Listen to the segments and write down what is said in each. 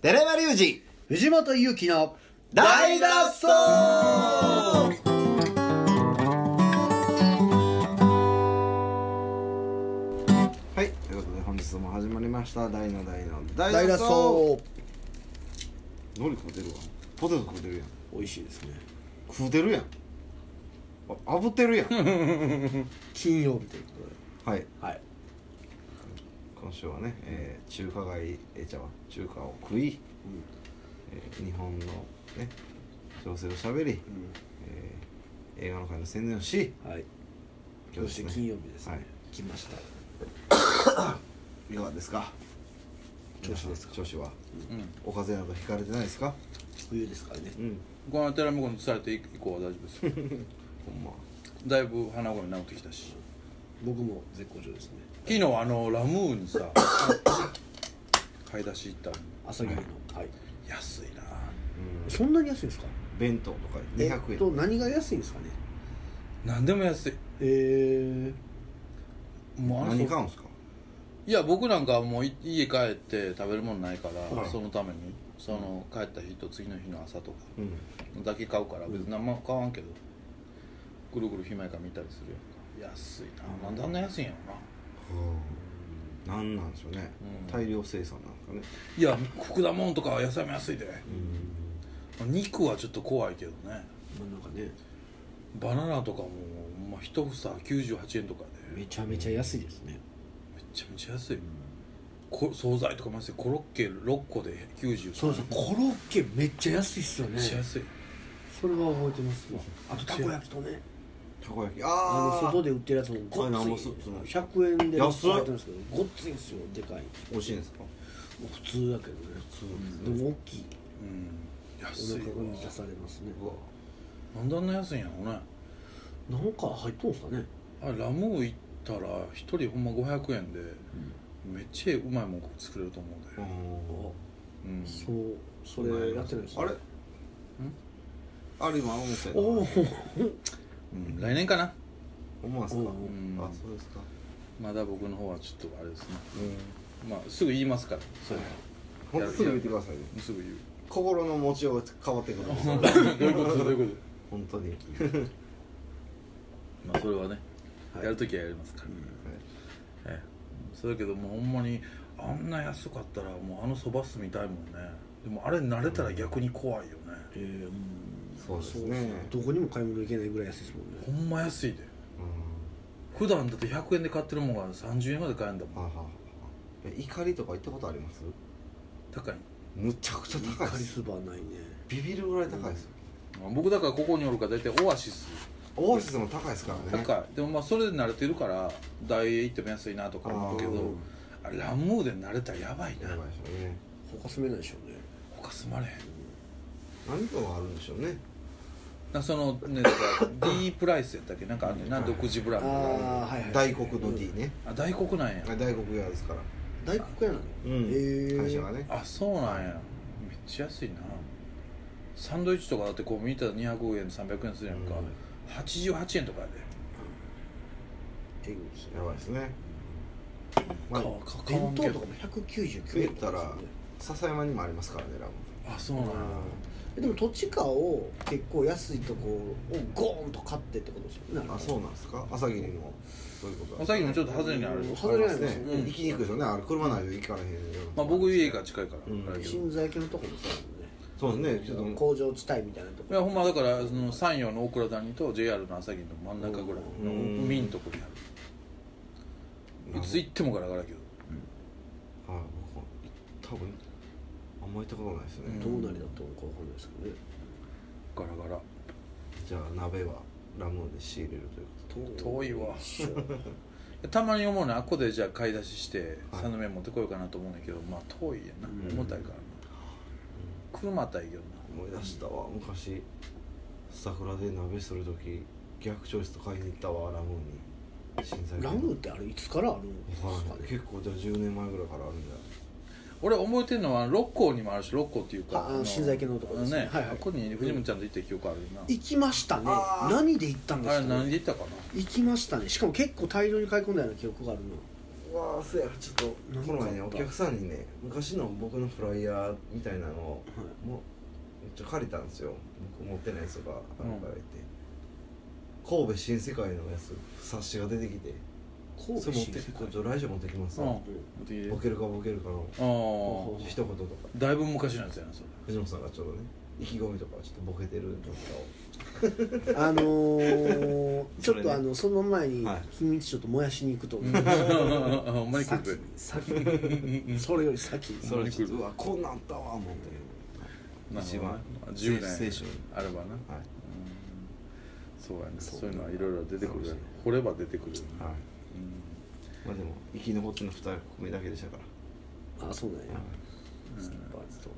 寺山隆二藤本勇樹の大脱走はいということで本日も始まりました大の大の大大脱脱走走海苔食うてるわポテト食うてるやん美味しいですね食うてるやんあぶって るやん金曜日というこはいとではい今週はね、えー中華街えー、ちゃうわ中華を食い、えー日本のね情勢をしゃべり、えー映画の会の宣伝をしはい今そ日しでてす金ね曜日ですね、はい来ましたいかがですか調子ですか調子は、うんお風邪などひかれてないですか冬ですからねうんこの寺向こうにされて以降は大丈夫ですほんまだいぶ鼻声治ってきたし僕も絶好調ですね昨日あのラムーにさ買い出し行ったの朝霧のはい、安いなうんそんなに安いんですか弁当とか200円、えっと何が安いんですかね何でも安いえもうあの何買うんすかいや僕なんかはもうい家帰って食べるものないから、はいそのためにその帰った日と次の日の朝とかうんだけ買うから別に何も買わんけどぐるぐる暇やから見たりするやんか安いななんであんな安いんやろななんなんでしょうね、うん大量生産なんですかねいや果物とか野菜も安いで肉はちょっと怖いけどねー、まあ、なんかねバナナとかも、まあ、一房98円とかでめめちゃめちゃ安いですねちゃめちゃ安い、こ惣菜とかも安いコロッケ6個で90そうそうコロッケめっちゃ安いっすよめねっちゃ安いそれは覚えてますわあとたこ焼きとねたこ焼きあのあ外で売ってるやつもごっあれなんぼつすいるの100円で安っ入ってるんですけどごっついんですよでかいあ美味しいんですか普通だけどね普通でも大きいうん安いおわ腹が満たされますねうわなんであんな安いんやろねなんか入っとんすかねあれラムー行ったら一人ほんま500円で、めっちゃうまいもん作れると思ううあで、んうん、そうそれやってないですねあれあれ今思ったよおおうん来年かな思わすかおううんあそうですかまだ僕の方はちょっとあれですねうんまあすぐ言いますからそれほんとすぐ言ってくださいねすぐ言う心の持ちようが変わってくるんですよどういうことどういうこと本当にまあそれはね、はいやるときはやりますから、ええそうだけどもうほんまにあんな安かったらもうあのそばすみたいもんねでもあれ慣れたら逆に怖いよね、えーうんそうですねそうどこにも買い物行けないぐらい安いですもんねほんま安いで普段だって100円で買ってるもんが30円まで買えるんだうんもんはあはあはあえ怒りとか行ったことあります高いむちゃくちゃ高いカでリすスバーないねビビるぐらい高いですよ僕だからここにおるから大体オアシスオアシスも高いですからね高いでもまあそれで慣れてるからダイエー行っても安いなとか思うけあどあれラムーで慣れたらやばいやなばいでしょうね他住めないでしょうね他住まれへん何かがあるんでしょうねなそのねだから D プライスやったっけなんかあんねんな独自ブラあンドがあはいはい大黒の D ねあ大黒なんやあ大黒屋ですから大黒屋なのうんへえ会社がねあそうなんやめっちゃ安いなサンドイッチとかだってこう見たら200円300円するやんか、88円とかやでえぐいですねやばいですねまあ買わ買買わ弁ん当けとどかも199食え円とかたですらよね笹山にもありますからねラムあそうなんやえでも土地価を結構安いとこをゴーンと買ってってことですよねあそうなんですか朝霧もそういうことおさっきもちょっっと外れにあうるんでしょ、外れなんねですよねうん行きにくいでしょうねあれ車ないと行かれへんようなまあ、僕家が近いから、うんあれやけど新在家のとこもそうだそうですねちょっもんねと工場地帯みたいなとこいやほんまだからその山陽の大倉谷と JR の朝霧の真ん中ぐらいのうん海のとこにあるいつ行ってもガラガラやけどはい僕多分あんま行ったことないですね、うんどうなりだったのかわかんないですけどねガラガラじゃあ鍋はラムーで仕入れるというこ遠いわ 一緒たまに思うのはあっこでじゃあ買い出ししてはい三目持ってこようかなと思うんだけどまあ遠いやな、うん重たいからな車たいけどなと思い出したわ昔桜で鍋する時逆チョイスと買いに行ったわラムーに震災ラムーってあれいつからあるんですかはいね結構じゃあ10年前ぐらいからあるんだ俺覚えてるのは六甲にもあるし六甲っていうあかあの新在家のとこですねね、はいはいあっこに藤本ちゃんと行った記憶ある行きましたねあー何で行ったんでなあすれか何ねで行ったかな行きましたねしかも結構大量に買い込んだような記憶があるのわあそうやちょっこの前ねお客ささんにね昔の僕のフライヤーみたいなのをはいもうめっちゃ借りたんですよ僕持ってないやつがあのうんからいて、神戸新世界のやつ冊子が出てきて神そ戸れ持って新世きて界ちょっと来週持ってきますうんわ、持ってきてボケるかボケるかのああ一言とかだいぶ昔のやつや なそ藤本さんがちょうどね意気込みとかちょっとボケてるとかあのーちそょれねっとあのその前にはい秘密ちょっと燃やしに行くと思うれ ほんまに来る先先それより先をそれちょっとうわこんなんあったわ思ってなるほどね一番10年青春あれはいばなうんそうやねそうそういうのはいろいろ出てくるよねか掘れば出てくるよねはいまあでも生き残っての2組だけでしたから、あそうなんやはいうんスキッうパーズとん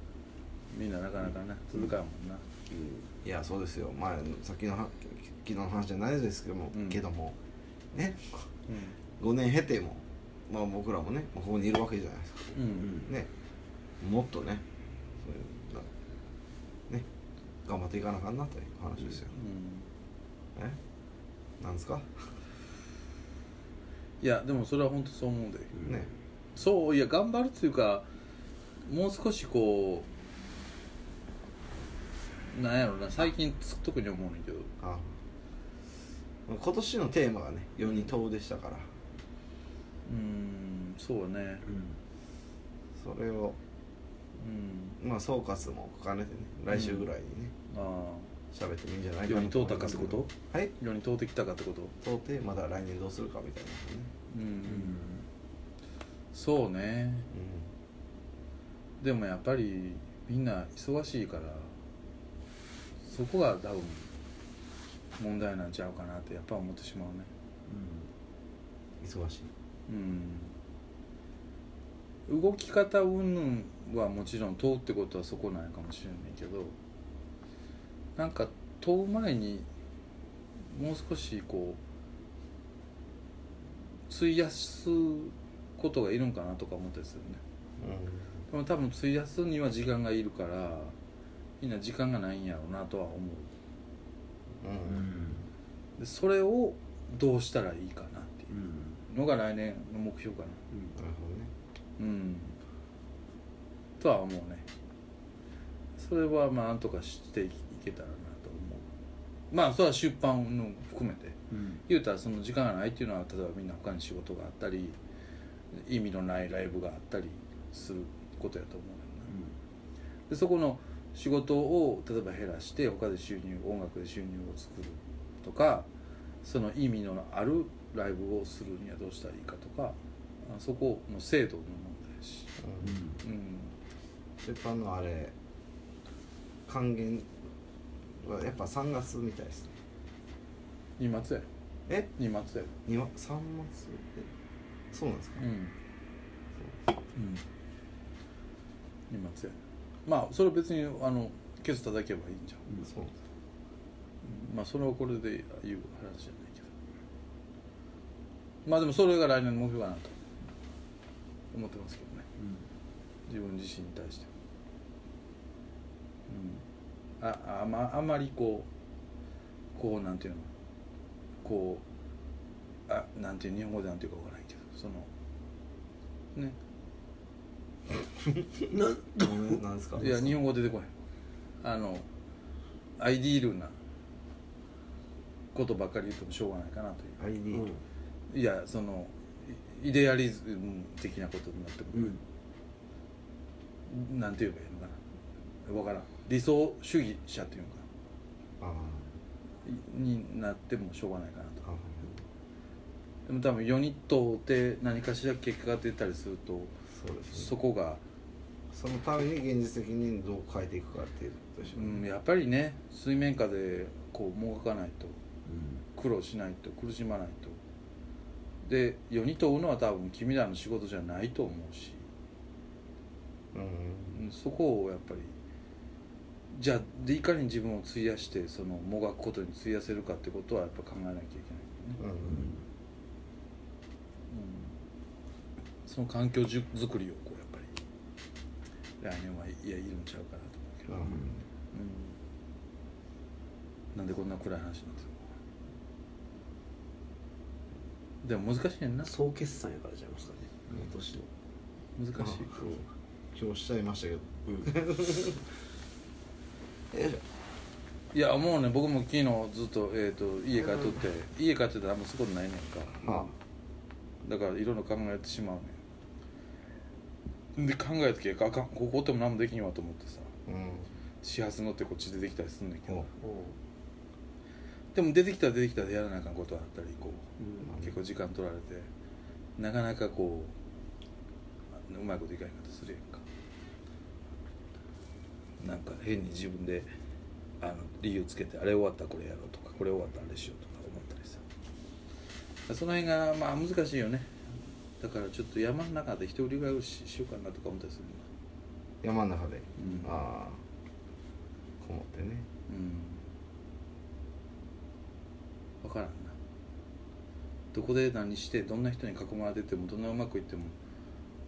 みんななかなかね続かんもんうなんいやそうですよまあさっきのは昨日の話じゃないですけども、うんけどもね5年経てもまあ僕らもねここにいるわけじゃないですかうんううんんねもっとねそういうなね頑張っていかなあかんなという話ですよ、えなんですか、いやでもそれは本当そう思うでねそういや頑張るっていうかもう少しこうなんやろな最近つ特に思うねんだけどあ今年のテーマがね4人党でしたからうんそうねそれをうんまあ総括も兼ねてね来週ぐらいにねああ喋、ってもいいんじゃないか世なにと通思っいたかまっすてけこどとはい世に通ってきたかってこと通ってまだ来年どうするかみたいなねうん、そうねでもやっぱりみんな忙しいからそこが多分問題なんちゃうかなってやっぱ思ってしまうね忙しいうん動き方云々はもちろん問うってことはそこなんやかもしれないけどなんか問う前にもう少しこう費やすことがいるんかなとか思ったりするねでも多分費やすには時間がいるからみんな時間がないんやろうなとは思うんうんうでそれをどうしたらいいかなっていうのが来年の目標かななるほどねうんとは思うねそれはまあなんとかしていけたらなと思うまあそれは出版の含めて言うたらその時間がないっていうのは例えばみんな他に仕事があったり意味のないライブがあったりすることやと思うねんなでそこの仕事を例えば減らして他で収入音楽で収入を作るとかその意味のあるライブをするにはどうしたらいいかとかあそこの制度の問題やし、うんうん、出版のあれ還元はやっぱ3月みたいですね二末やえ二末や二3月えそうなんですかうん、うん、二末やまあそれは別にあのケツ叩けばいいんじゃんそうなんですかまあそれはこれで言う話じゃないけどまあでもそれが来年の目標かなと思ってますけどね自分自身に対してうんああまあんまりこうこうなんていうのこうあなんていう日本語でなんていうかわからないけどそのねごめんなんですかいや日本語出てこないあのアイディールなことばっかり言ってもしょうがないかなという ID、うんいやそのイイデアリズム的なことになっても、うんなんて言えばいいのかなわからん理想主義者っていうのかあないになってもしょうがないかなとあでも多分4人とって何かしら結果が出たりするとそうですそねこが、そのために現実的にどう変えていくかっていうことでしょううねん、やっぱりね水面下でこうもがかないと苦労しないと苦しまないとで4人と追うのは多分君らの仕事じゃないと思うしうんうんそこをやっぱりじゃあでいかに自分を費やしてそのもがくことに費やせるかってことはやっぱ考えなきゃいけないよね、うんうんその環境づくりをこうやっぱり来年はいやいるんちゃうかなと思うけど、ううんんなんでこんな暗い話になってるのでも難しいねんな総決算やからちゃいますかねうん今年の難しいまあ今日しちゃいましたけど、よい しょいやもうね僕も昨日ずっと,、えー、と家帰っとって、家帰ってたらあんまそこないねんかはだからいろいろ考えてしまうねんで考えたけどあかんここおっても何もできんわと思ってさあうん始発乗ってこっち出てきたりすんねんけどおでも出てきたら出てきたでやらなあかんことあったりこうんう結構時間取られてなかなかこううまいこといかへんかったりするやんかなんか変に自分であの理由つけてあれ終わったらこれやろうとかこれ終わったらあれしようとか思ったりさその辺がまあ難しいよねだからちょっと山の中で一人暮らししようかなとか思ったりする山の中で、うんああこもって ねうん分からんなどこで何してどんな人に囲まれててもどんなうまくいっても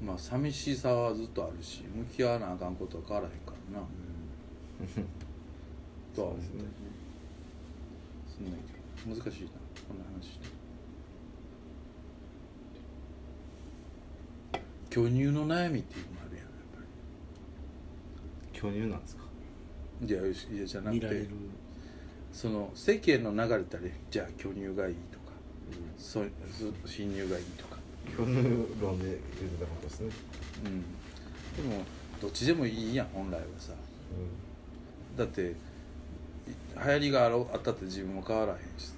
まあ寂しさはずっとあるし向き合わなあかんことは変わらへんからなとは思ったりねすんねんけど難しいなこんな話して巨乳の悩みっていうのもあるやんやっぱ巨乳なんですかりいやいやじゃなく見られてるその世間の流れってあれじゃあ巨乳がいいとかそそ侵入がいいとか、巨乳論で言ってたことですね、うん、でもどっちでもいいやん本来はさだってい流行りがあろあったって自分も変わらへんしさ、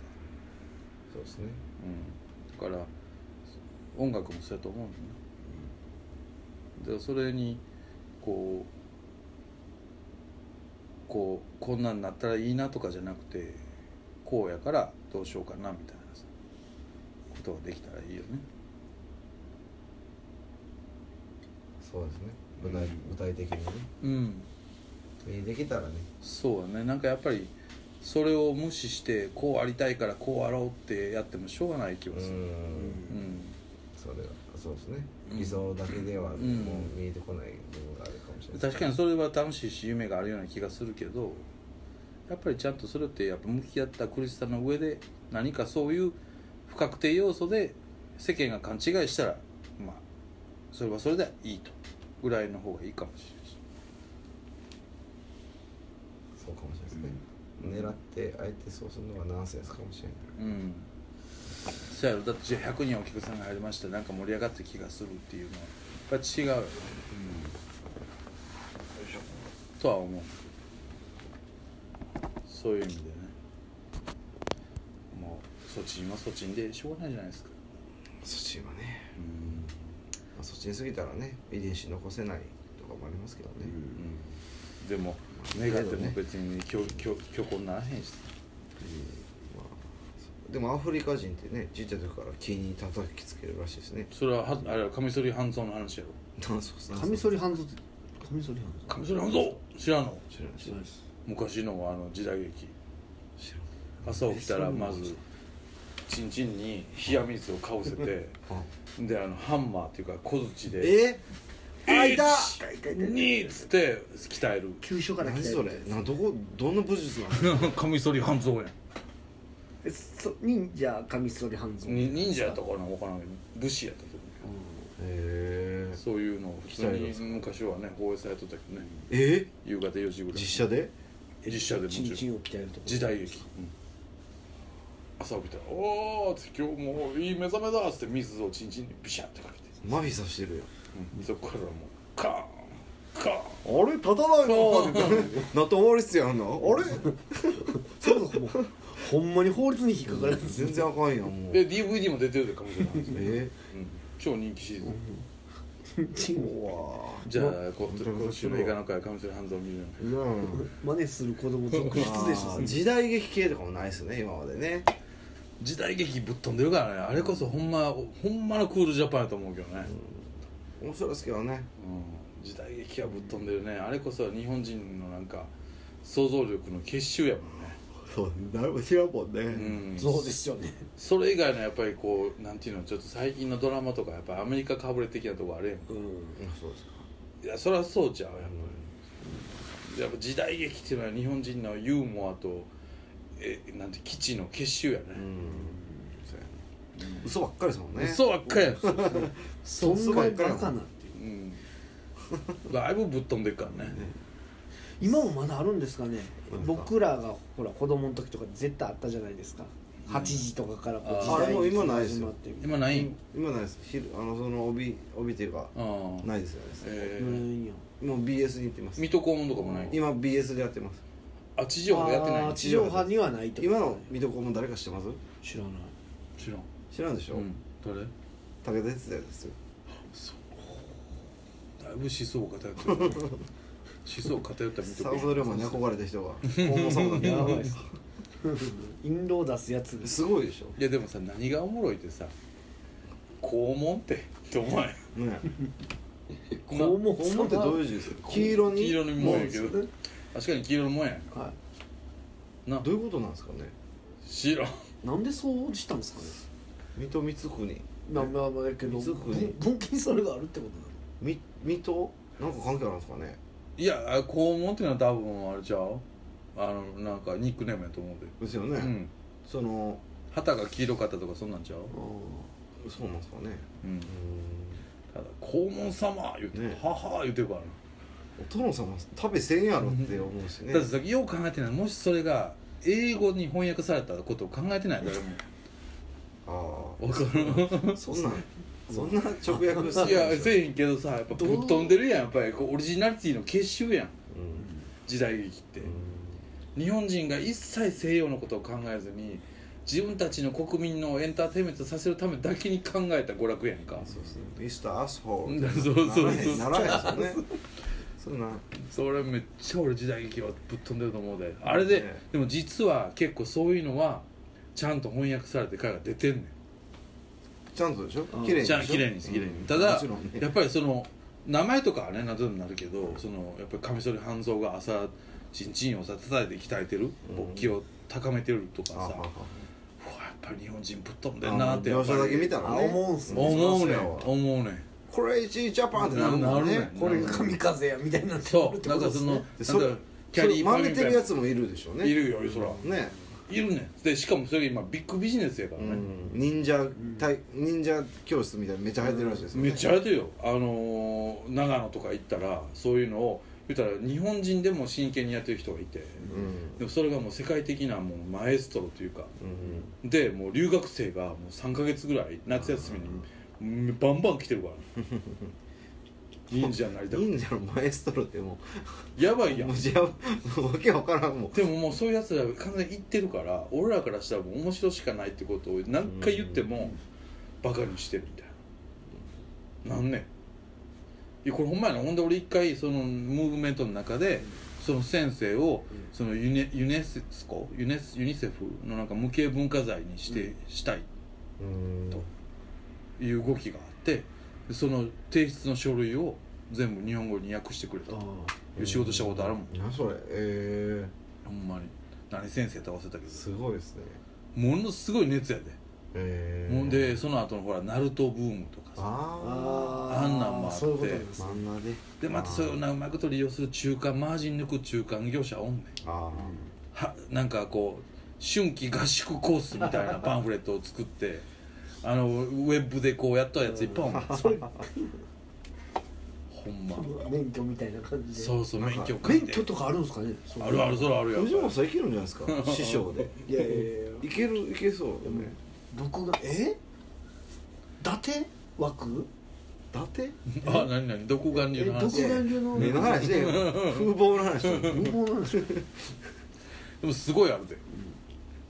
うん、そうですねうん、だから音楽もそうやと思うんだよなだからそれにこうこうこんなんなったらいいなとかじゃなくてこうやからどうしようかなみたいなさことができたらいいよねそうですね具体,、具体的にねうんえーできたらねそうだねなんかやっぱりそれを無視してこうありたいからこうあろうってやってもしょうがない気はするんそれはそうですね、うん理想だけではもうん見えてこない部分があるかもしうれんない、確かにそれは楽しいし夢があるような気がするけどやっぱりちゃんとそれってやっぱ向き合った苦しさの上で何かそういう不確定要素で世間が勘違いしたらまあそれはそれでいいとぐらいの方がいいかもしれないしそうかもしれないですね、狙ってあえてそうするのはナンセンスかもしれないうんそうやろだってじゃあ100人お客さんが入りましたなんか盛り上がった気がするっていうのはやっぱ違うよねとは思うそういう意味でねもうそっち今そっちんでしょうがないじゃないですかそっちはね、うんまあ、そっちに過ぎたらね遺伝子残せないとかもありますけどね、でも目がっても別に虚虚虚婚ならへんしまあ、でもアフリカ人ってねちっちゃい時から木に叩きつけるらしいですねそれははあれはカミソリ半蔵の話やろナンセンスカミソリ半蔵ってカミソリカ半ミソリ半蔵知らんの知らない知蔵らないです昔のあの時代劇知らない朝起きたらまずチンチンに冷や水をかぶせてあであのハンマーっていうか小槌でえあいたにっつって鍛える急所から何来たそれなどこどんな武術なのカミソリ半蔵やんえそ忍者カミソリ半蔵に忍者やったかな分からんけど武士やったけどねへそういうのを普通鍛えるんにですか昔はね放映されとったけどねええ夕方4時ぐらい実写で実写でもチンチちろんンを鍛えるとこ時代劇、うん朝起きたら「おー」っつって「今日もういい目覚めだ」っつって水をチンチンにビシャってかけて、麻痺さしてるよそこからもうカーンカーンあれ立たないそうなって終わりっすよあんなあれそうそうもうほんまに法律に引っかからんです全然あかんやんもうえで DVD も出てるでかもしれないですね、えうん、超人気シリーズ、チンうわじゃあこ本当に今週の映画の会かもしれない半蔵見るのうん真似する子供続出でしあょー時代劇系とかもないっすね今までね時代劇ぶっ飛んでるからねあれこそほんまほんまのクールジャパンやと思うけどね、面白いですけどねうん、時代劇はぶっ飛んでるねあれこそ日本人のなんか想像力の結集やもんねそう誰も知らんもんね、うんそうですよねそれ以外のやっぱりこうなんていうのちょっと最近のドラマとかやっぱアメリカかぶれ的なとこあるやんうんうんそうですかいやそれはそうちゃうやっぱりやっぱ時代劇っていうのは日本人のユーモアとえなんて基地の結集やねうんそうやねう嘘ばっかりですもんね嘘ばっかりやそんなバカなうんだいぶぶっ飛んでるからね今もまだあるんですかねうん僕らがほら子供の時とか絶対あったじゃないですかうん8時とかからこうあー時代あれも劇今がないです始よまって今ないん今ないです昼あのその帯帯っていうかああないですよねえなーいんやもう BS に行ってます水戸黄門とかもない今 BS でやってますあ地上波やってないあーの地上波にはないってこと今の水戸黄門誰か知ってます知らない知らん知らんでしょ、うん誰武田鉄矢ですよだいぶ思想が偏 ってる思想偏った水戸サウ黄ド門龍馬に憧れた 人が黄門様だけやばいっす印籠出すやつすごいでしいやでもさ何がおもろいってさ肛門ってってお前ょね肛ま門黄門ってどういう字ですか黄色に黄色にもんやけど門ですね確かに黄色のもんやはなどういうことなんですかね白いなんでそうしたんですかね水戸光圀まあまあまあだけどいつ来る文文献にそれがあるってことなのみ水戸なんか関係あるんですかねいやあ肛門っていうのは多分あれちゃうあのなんかニックネームやと思うでですよね、うんその旗が黄色かったとかそんなんちゃうそうなんですかねうんうただ「肛門様」言うてね「はは」言うてるからんお殿様食べせんやろって思うしねだってさよう考えてないもしそれが英語に翻訳されたことを考えてない誰もああ分か るそんなんそんな直訳していやせえへんけどさやっぱぶっ飛んでるやんやっぱりこうオリジナリティの結集やんうん時代劇ってう日本人が一切西洋のことを考えずに自分たちの国民のエンターテインメントさせるためだけに考えた娯楽やんかんそうですねミスターアスホうーんル そうそうそうならへんならへんですよねそんなそれめっちゃ俺時代劇はぶっ飛んでると思うであれでねでも実は結構そういうのはちゃんと翻訳されて回が出てんねんちゃんとでしょうん綺麗にでしじょゃあ綺麗に綺麗にうんただ、もちろんねやっぱりその名前とかはね謎になるけどそのやっぱりカミソリ半蔵が朝チンチンをさ叩いて鍛えてるうん勃起を高めてるとかああさ、うわやっぱり日本人ぶっ飛んでんなってや描っぱ写だけ見りたらあね思うんすね思うねんん思うねんこれイジジャパンってなるもんなるねねこれが神風やみたいになってそるっうてなこんとでかすそねのでなそんれだキャリーそれパ真ミ似ュてるやつもいるでしょうねいるよそらねいるねんでしかもそれ今ビッグビジネスやからうね、ん忍者体忍者教室みたいなのめっちゃ流行ってるらしいですよねめっちゃあれだよあのー長野とか行ったらそういうのを言ったら日本人でも真剣にやってる人がいて、うんでもそれがもう世界的なもうマエストロというかうんでもう留学生がもう3か月ぐらい夏休みにバンバン来てるから忍者になりたくて忍者のマエストロってもやばういやんもうじゃあもうわけわからんもんでももうそういうやつらが完全に言ってるから俺らからしたらもう面白しかないってことを何回言ってもバカにしてるみたいななんねんいやこれほんまやなほんで俺一回そのムーブメントの中でその先生をそのユネユネスコユネスユニセフのなんか無形文化財にして、したいうんという動きがあってその提出の書類を全部日本語に訳してくれたという仕事したことあるもんなそれえほんまに何先生と合わせたけー、どすごいですねものすごい熱やで、えほんでーその後のほらナルトブームとかさああーあんなんもあってそういうことなんであす真ん中ででまたそれをなうまくと利用する中間マージン抜く中間業者おんねんあはなんかこう春季合宿コースみたいなパンフレットを作ってあのウェブでこうやったやついっぱいおんねんそれほんま免許みたいな感じでそうそう免許書い免て許とかあるんですかねあるあるそれあるあよ藤本さんいけるんじゃないです か師匠でいやいやいやいけるいけそうだね僕がえ伊達枠伊達あ何何独眼え流の独話眼流の目の話で風貌の話して無謀なんですよでもすごいあるで、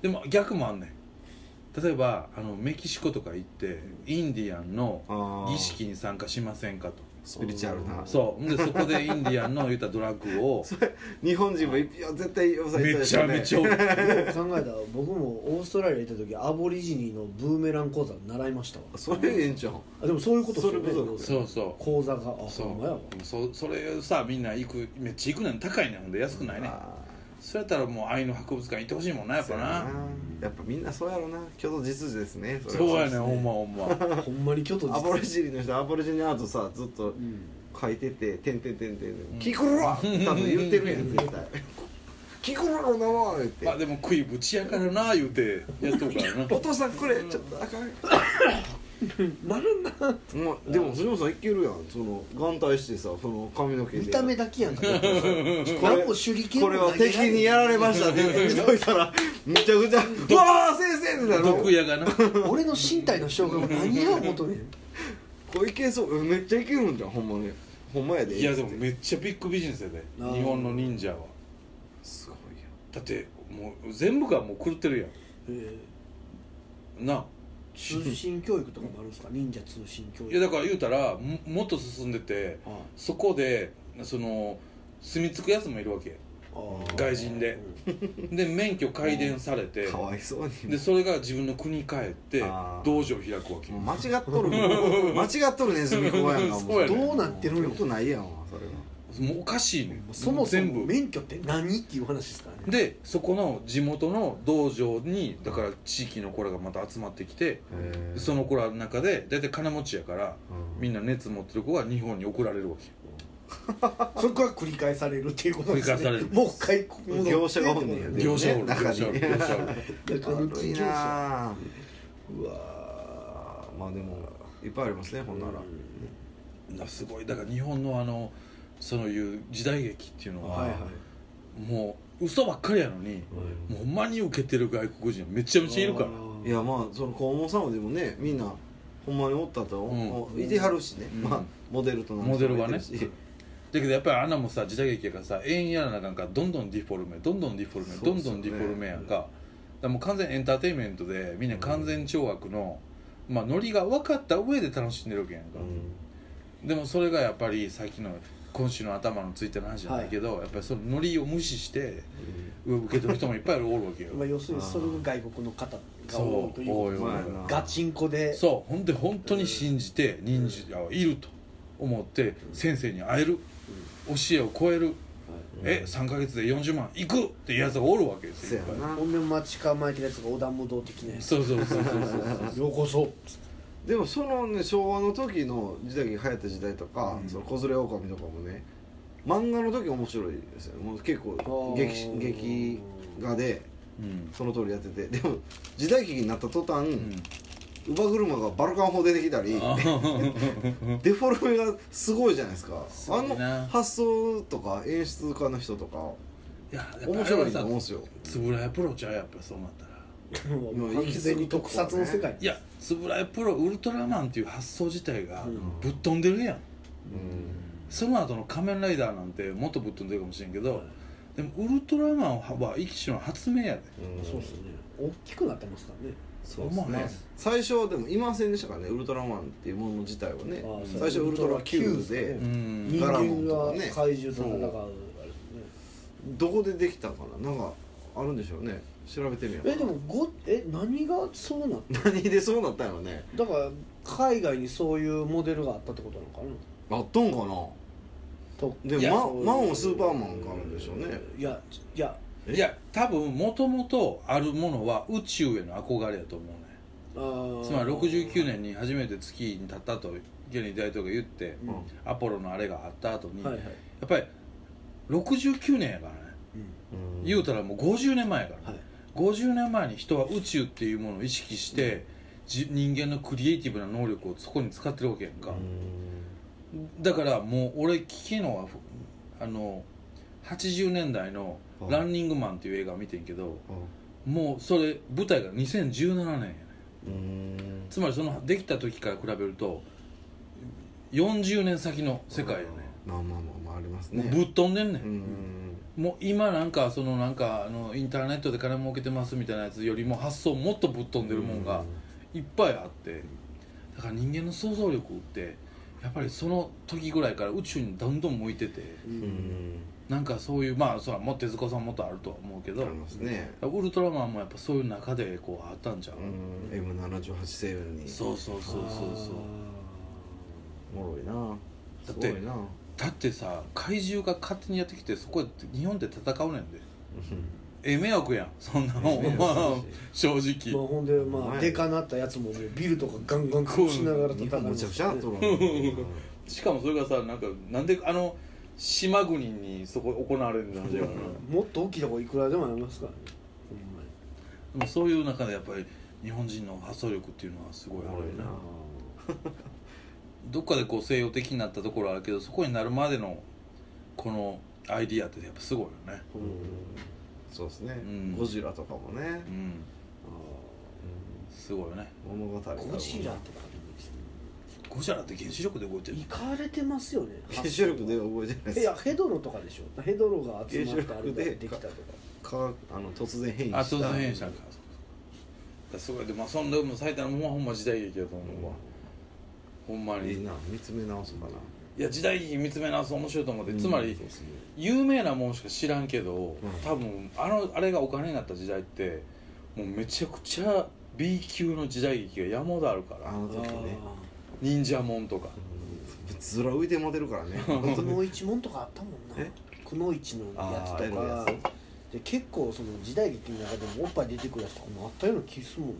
でも逆もあんねん例えばあのメキシコとか行ってインディアンのあー儀式に参加しませんかとスピリチュアルなそうでそこでインディアンの言ったドラッグ を日本人もいや絶対抑えてめちゃめちゃ多い考えたら僕もオーストラリア行った時アボリジニのブーメラン講座習いましたわそれええんちゃんあでもそういうことっすよねそれこそ要する そにうそう講座があそほんまやわうそそれさみんな行くめっちゃ行くねん高いねんほんで安くないねんあそうやったらもう愛の博物館行ってほしいもんなーやっぱなやっぱみんなそうやろな共同実需ですねれそうやねんはほんまほんまほんまに京都アボリジニの人アボリジニアートさずっと書いてて「てんてんてんてんてん」「キクロワ!」多分言ってるやん絶対聞くなのなわ」ってまあでも食いぶちやからな言うてやっとくからな 「お父さんこれちょっとあかん」なるなまあ、でも藤本さんいけるやんその眼帯してさその髪の毛で見た目だけ やんかこれ何も手裏剣これは敵にやられましたって言っておいたらめちゃくちゃ「うわあ先生!」ってなる毒矢が な俺の身体の障害も何や求めるこれいけそうめっちゃいけるんじゃんほんまにほんまやでいやでもめっちゃビッグビジネスやであー日本の忍者はすごいやんだってもう全部がもう狂ってるやんな通信教育とかもあるんですか忍者通信教い育やだから言うたらももっと進んでてあそこでその住み着くやつもいるわけあ外人でで免許改伝されてかわいそうにでそれが自分の国帰ってあー道場を開くわけもう間違っと る間違っとるネズミ子やんかもそうやねどうなってるんやよくないやんわそれはもうおかしいねんそもそ全も部免許って何っていう話ですからねでそこの地元の道場にだから地域の子らがまた集まってきてへーその子らの中で大体金持ちやからうんみんな熱持ってる子は日本に送られるわけそこは繰り返されるっていうことですね繰り返されるもう一回戻って業者がおんねんやで業者おる中業に者おる業者おるだから悪いなあうわまあでもいっぱいありますねほんならなす ごいだから日本のあのそういう時代劇っていうのははいもう嘘ばっかりやのにもうほんまに受けてる外国人めちゃめちゃいるからいやまあその肛門さんもでもねみんなほんまにおったと、ういてはるしね、うんまあモデルとなってモデルはねいてるしだけどやっぱりあんなもんさ時代劇やからさ永遠やらなあかんからどんどんディフォルメどんどんディフォルメ、そどうっんすよねどんディフォルメやんかだからもう完全エンターテインメントでみんな完全懲悪の、まあノリが分かった上で楽しんでるわけやんか、でもそれがやっぱりさっきの今週の頭のついての話じゃないけど、やっぱりそのノリを無視して受け取る人もいっぱいおるわけ よまあ要するにそれが外国の方が多いというそうこ多いまあやとなガチンコでそうほんで本当に信じて忍者はいると思って先生に会える教えを超えるえ3ヶ月で40万いくっていうやつがおるわけですそよやいっぱいなほんで待ち構えてるやつが横断歩道的なやつそうそうそうそうそうようこそでもそのね昭和の時の時代が流行った時代とか、うんその子連れ狼とかもね漫画の時面白いですよもう結構あ劇ー劇画でうんその通りやっててでも時代劇になった途端、うん乳母車がバルカン砲出てきたりあデフォルメがすごいじゃないですかすあごいなの発想とか演出家の人とかいややっぱ面あれ白はいとさ思うんですよ円谷プロじゃうやっぱそうなったらもう完全に特撮の世界いや円谷プロウルトラマンっていう発想自体がうんぶっ飛んでるやんうんその後の仮面ライダーなんてもっとぶっ飛んでるかもしれんけどでもウルトラマンは一種の発明やでそうですね大きくなってますからねそううっすねね最初はでもいませんでしたからねウルトラマンっていうもの自体はねあー最初ウルトラ Q でううん人ガラモン間とかがね怪獣と戦うあれでどこでできたかななんかあるんでしょうね調べてみよすうねえでもごえ何がそうなっ何でそうなったんやろねだから海外にそういうモデルがあったってことなのかなあっとんかなとでいやもそういマうマンをスーパーマンがあるんでしょうねいやいやえいや多分もともとあるものは宇宙への憧れやと思うねあーつまり69年に初めて月に立ったと現に大統領が言ってうんはアポロのあれがあった後に、いはいやっぱり69年やからねうんうん言うたらもう50年前やから、はねい50年前に人は宇宙っていうものを意識して、じ人間のクリエイティブな能力をそこに使ってるわけやんか、うんだからもう俺聞きのはふあの80年代の「ランニングマン」っていう映画を見てんけどあもうそれ舞台が2017年やねうんつまりそのできた時から比べると40年先の世界よまあまあまあまあありますねねぶっ飛んでんね、うんんもう今なんかそのなんかあのインターネットで金儲けてますみたいなやつよりも発想もっとぶっ飛んでるもんがいっぱいあってだから人間の想像力ってやっぱりその時ぐらいから宇宙にどんどん向いててうんうんなんかそういうまあそらもう手塚さんもっとあるとは思うけあどりますねウルトラマンもやっぱそういう中でこうあったんじゃん、うん M78 セブンにそうそうそうそうそうおもろいなだすっごていなだってさ怪獣が勝手にやってきてそこで日本で戦うねんでええ迷惑やんそんなもんええ迷惑まあだし正まあ、直ほんでおまあ前でかなったやつももうビルとかガンガンこうしながら戦日う本んでむちゃくすちゃよなっねとるわなしかもそれがさなんかなんであの島国にそこ行われるんだからでもっと大きいとこいくらでもありますからねほんまにもそういう中でやっぱり日本人の発想力っていうのはすごいあるよねあどっかでこう西洋的になったところはあるけどそこになるまでのこのアイディアってやっぱすごいよねうんそうですね、うんゴジラとかもねう、んすごいよね物語だあもんーねゴジラとかゴジラって原子力で動いてでるもいかれてますよね原子力で覚えてないでいすやヘドロとかでしょヘドロが集まってあ原子れ力でができたとかかあの突然変異したあ当然変異したんかそうかだからすごいでまあそんなもう最たるもんはほんま時代劇やと思うわほんまいいにな見つめ直すかないや時代劇見つめ直すと面白いと思って、つまりそうっすね有名なもんしか知らんけど、うん多分あのあれがお金になった時代ってもうめちゃくちゃ B 級の時代劇が山ほどあるかあらの時ね「忍者もん」とかうんずら浮いてモテるから ねあ本ー当くにの一門とかあったもんなえくの一のやあーつとあかるやで結構その時代劇の中でもおっぱい出てくるやつとかもあったような気するもんな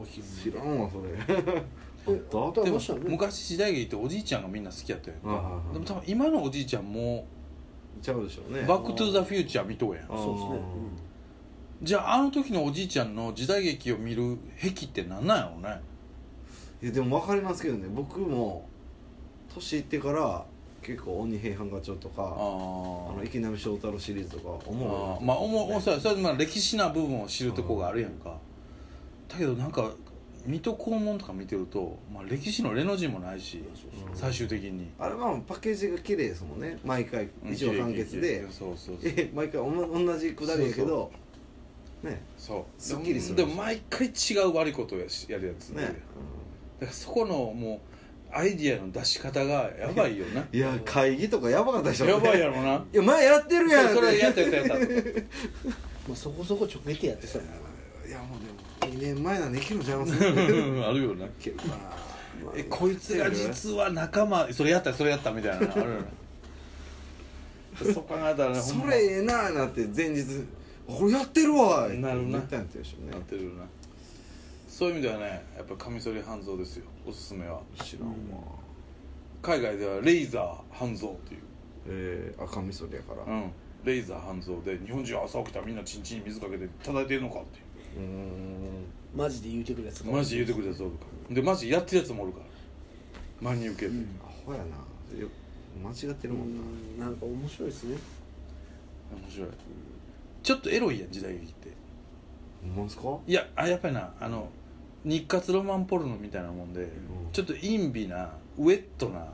おひ知らんわそれえたあったでもましたよね昔時代劇っておじいちゃんがみんな好きやったやんあああでも多分今のおじいちゃんもちゃうでしょう「ねバック・トゥ・ザ・フューチャー」見とうやんあそうですねじゃああの時のおじいちゃんの時代劇を見る癖ってなんなんやろうねいやでも分かりますけどね僕も年いってから結構「鬼平犯科帳」とあか「あのー池波正太郎」シリーズとか思うよあーまあ思うそうやそれはまあ歴史な部分を知るとこがあるやんかだけどなんか水戸黄門とか見てると、まあ、歴史のレの字もないしうんそうそううん最終的にあれはパッケージが綺麗ですもんね毎回一話完結でそうそうそうえ毎回おも同じくだりやけどねそうすっきりするでもでも毎回違う悪いことをやしやるやつねだからそこのもうアイディアの出し方がやばいよなうんいや会議とか やばかったでしょや ばいやろろないや前やってるやん そうそれやったやったやったまあ、そこそこちょけてやってたよな、いやもうでも2年前なんで生きるんちゃ いますあるよねけどなまあえこいつが実は仲間それやったそれやったみたいなのあるよね そう考えたらねほんそまれええなあなって前日俺やってるわなるなってったんでしょうなっねてるよなそういう意味ではねやっぱカミソリ半蔵ですよおすすめは知らんわ海外ではレイザー半蔵っていうえー、赤味噌やからううんレイザー半蔵で日本人は朝起きたらみんなチンチンに水かけて叩いてるのかってーいんマジで言うてくるやつうマジ言うてくれたやつおるからでマジやってるやつもおるから真に受けて、アホやなよ間違ってるもんなうんなんか面白いですね面白いちょっとエロいやん時代劇ってほんまですかいやあやっぱりなあの日活ロマンポルノみたいなもんで、ちょっと陰微なウェットな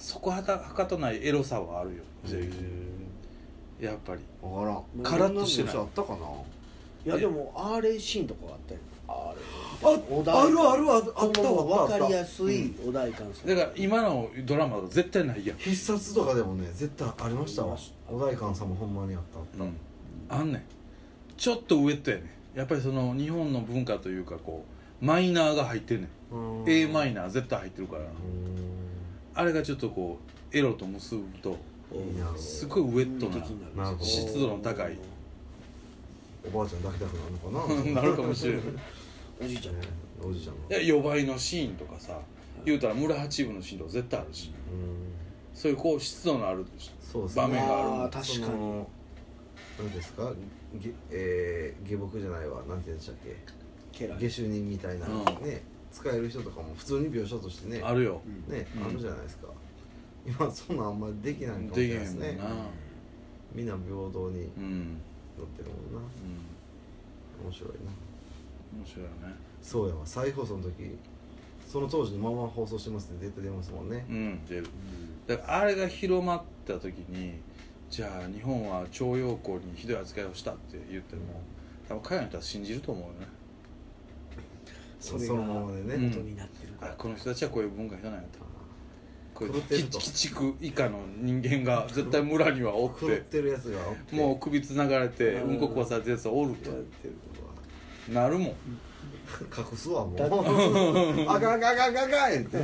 そこはたはかとないエロさはあるよ時代劇やっぱり分からんうんカラッとしてないあったかないやでも RA シーンとかはあったよあああるあるあるあったわあった分あかっりたやすいお題感想だから今のドラマだと絶対ないやん、必殺とかでもね絶対ありましたあわりまお代官さんもほんまにあったうん、あんねんちょっとウェットやねんやっぱりその日本の文化というかこうマイナーが入ってんねん A マイナナー絶対入ってるからあれがちょっとこうエロと結ぶといいなすごいウェットな的にるなるほど湿度の高いおばあちゃん抱きたくなるのかな なるかもしれないおじいちゃんねおじいちゃんがいや予売のシーンとかさ言うたら村八分のシーンとか絶対あるしうんそういうこう湿度のあるそうです場面があるあー確かにその何ですかげえー、下僕じゃないわなんて言うんでしたっ家来け下手人みたいな、うんね使える人とかも普通に描写としてねあるようんね、うんあるじゃないですか今そんなんあんまりできないかもしでれきないへでんすもんねなみんな平等になっうんてるもんな面白いな面白いよねそうやわ再放送の時その当時のまま放送してますって絶対出ますもんねうん出るだからあれが広まった時にじゃあ日本は徴用工にひどい扱いをしたって言っても多分海外の人は信じると思うよねそれがそのままでね、うん元になってるかあらこの人たちはこういう文化じゃないとこうい狂うってきると鬼畜以下の人間が絶対村にはおっ狂っててるやつがおってもう首つながれてうんうんこ壊されたやつはおるとやってるとかなるもん隠すわもう だっあかんあかんあかんあかんって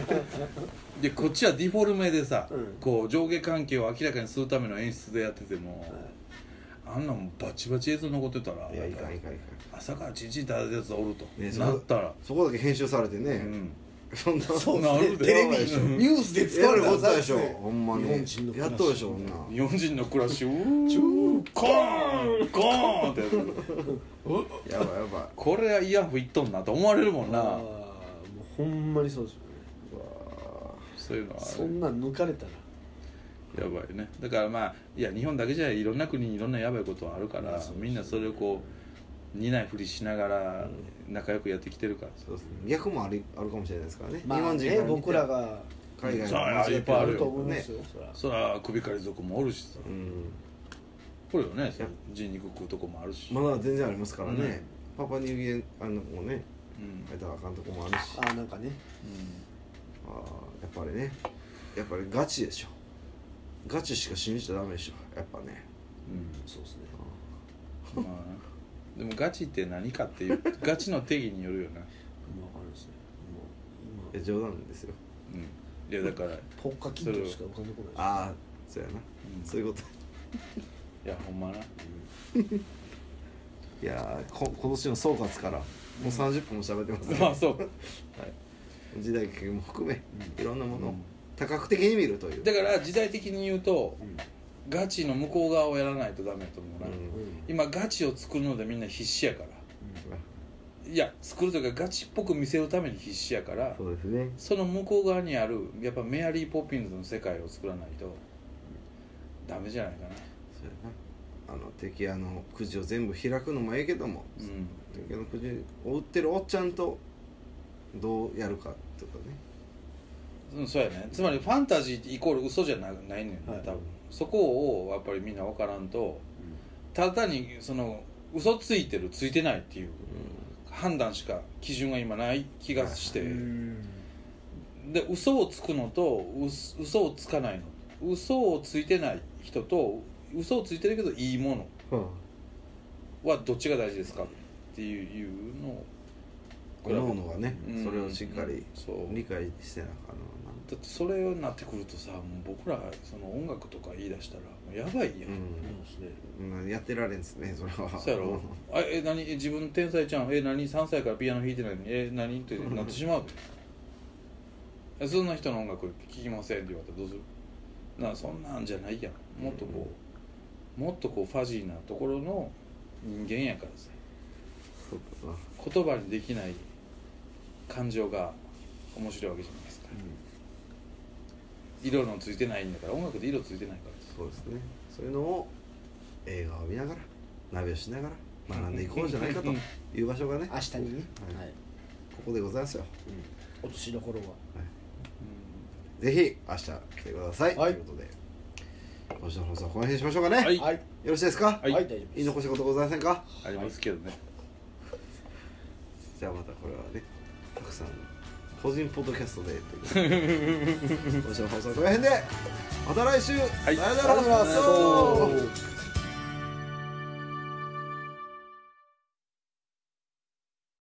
でこっちはディフォルメでさ、うんこう上下関係を明らかにするための演出でやってても、あんなもんバチバチ映像残ってたらいやいかんいかんいかん朝からちんちんたたいたやつがおると、ねそこなったらそこだけ編集されてね、うんそんなそうなでるすねでテレビやばいでしょニュースで使 やわるれたこと技でしょねほんまに日本人の暮らやしっとでしょほんな日本人の暮らしうーチューコーンコーンってやつやばいやばいこれはイヤホンいっとんなと思われるもんあーなもうほんまにそうですよねうわそういうのはあるそんなん抜かれたらやばいねだからまあいや日本だけじゃいろんな国にいろんなやばいことはあるかまあらそうですねみんなそれをこう担いふりしながら仲良くやってきてるからーそうですね逆もありあるかもしれないですからね、まあ日本人ね僕らがから見て海そう外のいっぱいああるるよと思いますよそらそら首狩り族もおるしさうんこれよねその人肉食うとこもあるし、まだ全然ありますからね、ねパパニューギニアのもねうん変えたらあかんとこもあるしああーなんかねあーやっぱりねやっぱりガチでしょガチしか信じちゃダメでしょやっぱねそうですねうんまあなでもガチって何か っていうガチの定義によるよまあな、わかるんですねもういや冗談ですようん、いやだからい今ポッカキントしか浮かんでこないああそうやな、うんそういうことやほんまないやーこ今年の総括からもう30分も喋ってますね、まあそう時代劇も含めいろんなものうをん多角的に見るというだから時代的に言うとガチの向こう側をやらないとダメと思うな、うんうんうん今ガチを作るのでみんな必死やからいや作るというかガチっぽく見せるために必死やからそうですねその向こう側にあるやっぱメアリー・ポピンズの世界を作らないとダメじゃないかなそうやなあの敵あのくじを全部開くのもええけども、うん敵のくじを売ってるおっちゃんとどうやるかとかねうん、そうやねつまりファンタジーイコール嘘じゃなないねんね、はい多分そこをやっぱりみんな分からんとただ単にその嘘ついてるついてないっていう判断しか基準が今ない気がして、うんで嘘をつくのとうす嘘をつかないの嘘をついてない人と嘘をついてるけどいいものうん、ははどっちが大事ですかっていういうのをあ、各々がね、うんそれをしっかりそう理解してなあかんだってそれになってくるとさもう僕らその音楽とか言い出したらもうやばいやん、のそうですねな、うんうんやってられんですねそれはそうやろあえ何え自分天才ちゃんえ何3歳からピアノ弾いてないのにえ何ってなってしまうでえそんな人の音楽聴きませんって言われたらどうするなそんなんじゃないやんもっとこうもっとこうファジーなところの人間やからさ そうだな言葉にできない感情が面白いわけじゃないですか色のついてないんだから音楽で色ついてないからそうですねそういうのを映画を見ながら鍋をしながら学んでいこうじゃないかという場所がね 明日にねはいはいここでございますよお年の頃はぜひ明日来てください、はいということで今週の放送はこの辺にしましょうかね、はよいはいろしいですか、はいはい大丈夫です言い残したことございませんかありますけどね、じゃあまたこれはねたくさん個人ポッドキャストでということで今週の放送はこの辺でまた来週、いさよなさよらなら